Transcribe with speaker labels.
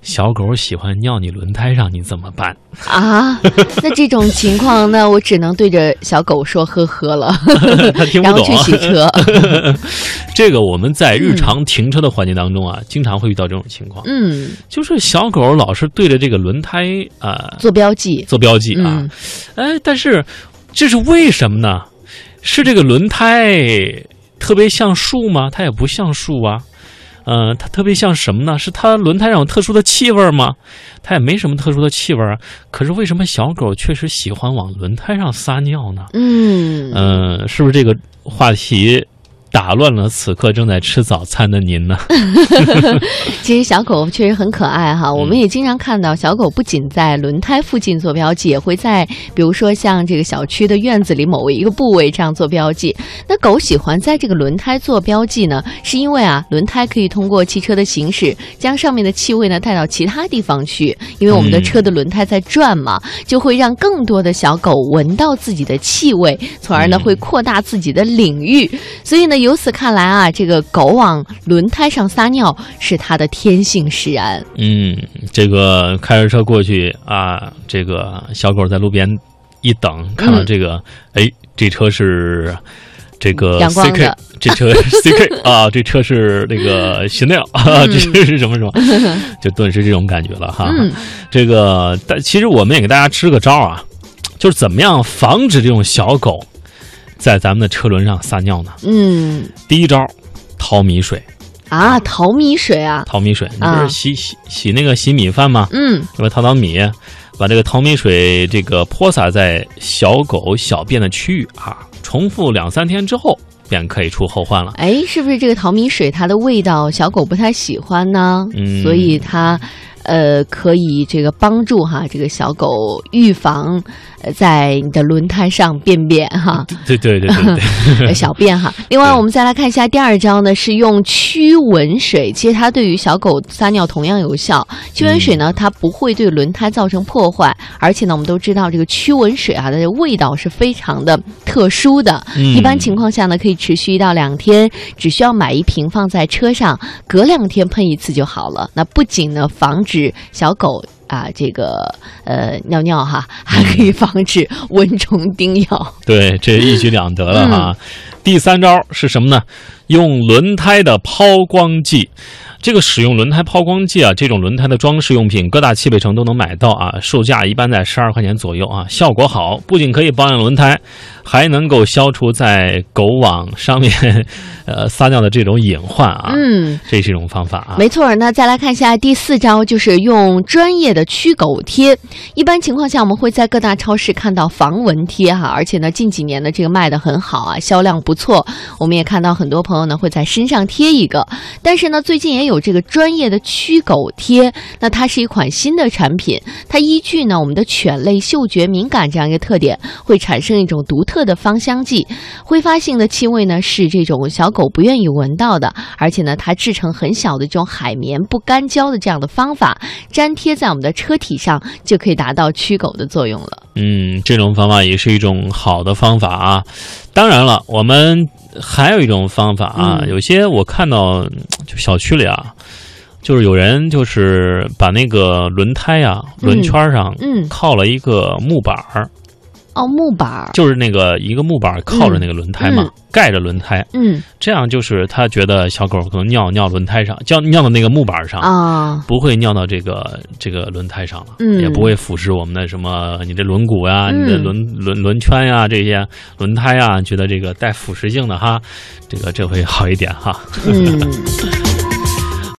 Speaker 1: 小狗喜欢尿你轮胎上，你怎么 办？
Speaker 2: 啊，那这种情况，那我只能对着小狗说呵呵了，
Speaker 1: 它听
Speaker 2: 然
Speaker 1: 不
Speaker 2: 后
Speaker 1: 懂啊
Speaker 2: 去。洗车。
Speaker 1: 这个我们在日常停车的环节当中啊，经常会遇到这种情况，
Speaker 2: 嗯，
Speaker 1: 就是小狗老是对着这个轮胎啊、呃
Speaker 2: 做 标记。
Speaker 1: 做标记啊
Speaker 2: 嗯，，
Speaker 1: 哎，但是这是为什么呢？是这个轮胎特别像树吗？它也不像树啊。嗯、它特别像什么呢？是它轮胎上有特殊的气味吗？它也没什么特殊的气味啊。可是为什么小狗确实喜欢往轮胎上撒尿呢？
Speaker 2: 嗯，
Speaker 1: 嗯、是不是这个话题打乱了此刻正在吃早餐的您 呢？
Speaker 2: 其实小狗确实很可爱哈，我们也经常看到小狗不仅在轮胎附近做标记，也会在比如说像这个小区的院子里某一个部位这样做标记。那狗喜欢在这个轮胎做标记呢，是因为啊，轮胎可以通过汽车的行驶，将上面的气味呢带到其他地方去，因为我们的
Speaker 1: 嗯
Speaker 2: 车的轮胎在转嘛，就会让更多的小狗闻到自己的气味，从而呢
Speaker 1: 嗯
Speaker 2: 会扩大自己的领域。所以呢，由此看来啊，这个狗往轮胎上撒尿是它的天性使然。
Speaker 1: 嗯，这个开着车过去啊，这个小狗在路边一等，看到这个，哎、这车是这个
Speaker 2: 嗯阳光
Speaker 1: CK，
Speaker 2: 的
Speaker 1: 这车 CK 啊，这车是那个 Chanel 啊，这车是什么什 么，就顿时这种感觉了哈。
Speaker 2: 嗯
Speaker 1: 这个，但其实我们也给大家支个招啊，就是怎么样防止这种小狗在咱们的车轮上撒尿呢？
Speaker 2: 嗯
Speaker 1: 第一招，淘米水，
Speaker 2: 啊，淘米水啊，
Speaker 1: 淘米水，你不
Speaker 2: 啊
Speaker 1: 是洗洗洗那个洗米饭吗？
Speaker 2: 嗯
Speaker 1: 那么淘淘米，把这个淘米水这个泼洒在小狗小便的区域啊，重复两三天之后便可以除后患了。
Speaker 2: 哎，是不是这个淘米水它的味道小狗不太喜欢呢？
Speaker 1: 嗯
Speaker 2: 所以它，呃，可以这个帮助哈这个小狗预防，呃，在你的轮胎上便便哈。
Speaker 1: 对对对对对，
Speaker 2: 呃小便哈。另外，
Speaker 1: 对
Speaker 2: 我们再来看一下第二招呢，是用驱蚊水。其实它对于小狗撒尿同样有效。驱蚊水呢，
Speaker 1: 嗯
Speaker 2: 它不会对轮胎造成破坏，而且呢，我们都知道这个驱蚊水啊，它的味道是非常的特殊的。
Speaker 1: 嗯
Speaker 2: 一般情况下呢，可以持续一到两天，只需要买一瓶放在车上，隔两天喷一次就好了。那不仅呢，防止小狗。啊，这个呃尿尿哈，还可以防止蚊虫叮咬。
Speaker 1: 对，这一举两得了哈。第三招是什么呢？用轮胎的抛光剂。这个使用轮胎抛光剂啊，这种轮胎的装饰用品，各大汽配城都能买到啊，售价一般在十二块钱左右啊。效果好，不仅可以保养轮胎，还能够消除在狗网上面呃撒尿的这种隐患啊。
Speaker 2: 嗯，
Speaker 1: 这是一种方法啊。
Speaker 2: 没错儿，那再来看一下第四招，就是用专业的驱狗贴。一般情况下，我们会在各大超市看到防蚊贴哈，而且呢，近几年的这个卖的很好啊，销量不错。我们也看到很多朋友呢会在身上贴一个，但是呢，最近也有这个专业的驱狗贴，那它是一款新的产品，它依据呢我们的犬类嗅觉敏感这样一个特点，会产生一种独特的芳香剂，挥发性的气味呢是这种小狗不愿意闻到的，而且呢它制成很小的这种海绵不干胶的这样的方法，粘贴在我们的车体上就可以达到驱狗的作用了。
Speaker 1: 嗯，这种方法也是一种好的方法啊。当然了，我们还有一种方法啊，
Speaker 2: 嗯
Speaker 1: 有些我看到嗯就小区里啊，就是有人就是把那个轮胎啊、
Speaker 2: 嗯
Speaker 1: 轮圈上
Speaker 2: 嗯，
Speaker 1: 靠了一个木板儿，
Speaker 2: 哦，木板儿，
Speaker 1: 就是那个一个木板儿靠着那个轮胎嘛，
Speaker 2: 嗯
Speaker 1: 盖着轮胎，
Speaker 2: 嗯
Speaker 1: 这样就是他觉得小狗可能尿尿轮胎上，叫尿到那个木板儿上。
Speaker 2: 啊，
Speaker 1: 不会尿到这个这个轮胎上了，
Speaker 2: 嗯
Speaker 1: 也不会腐蚀我们的什么你这轮毂呀、
Speaker 2: 嗯
Speaker 1: 你的轮轮轮圈呀、这些轮胎啊，觉得这个带腐蚀性的哈，这个这会好一点哈。
Speaker 2: 嗯。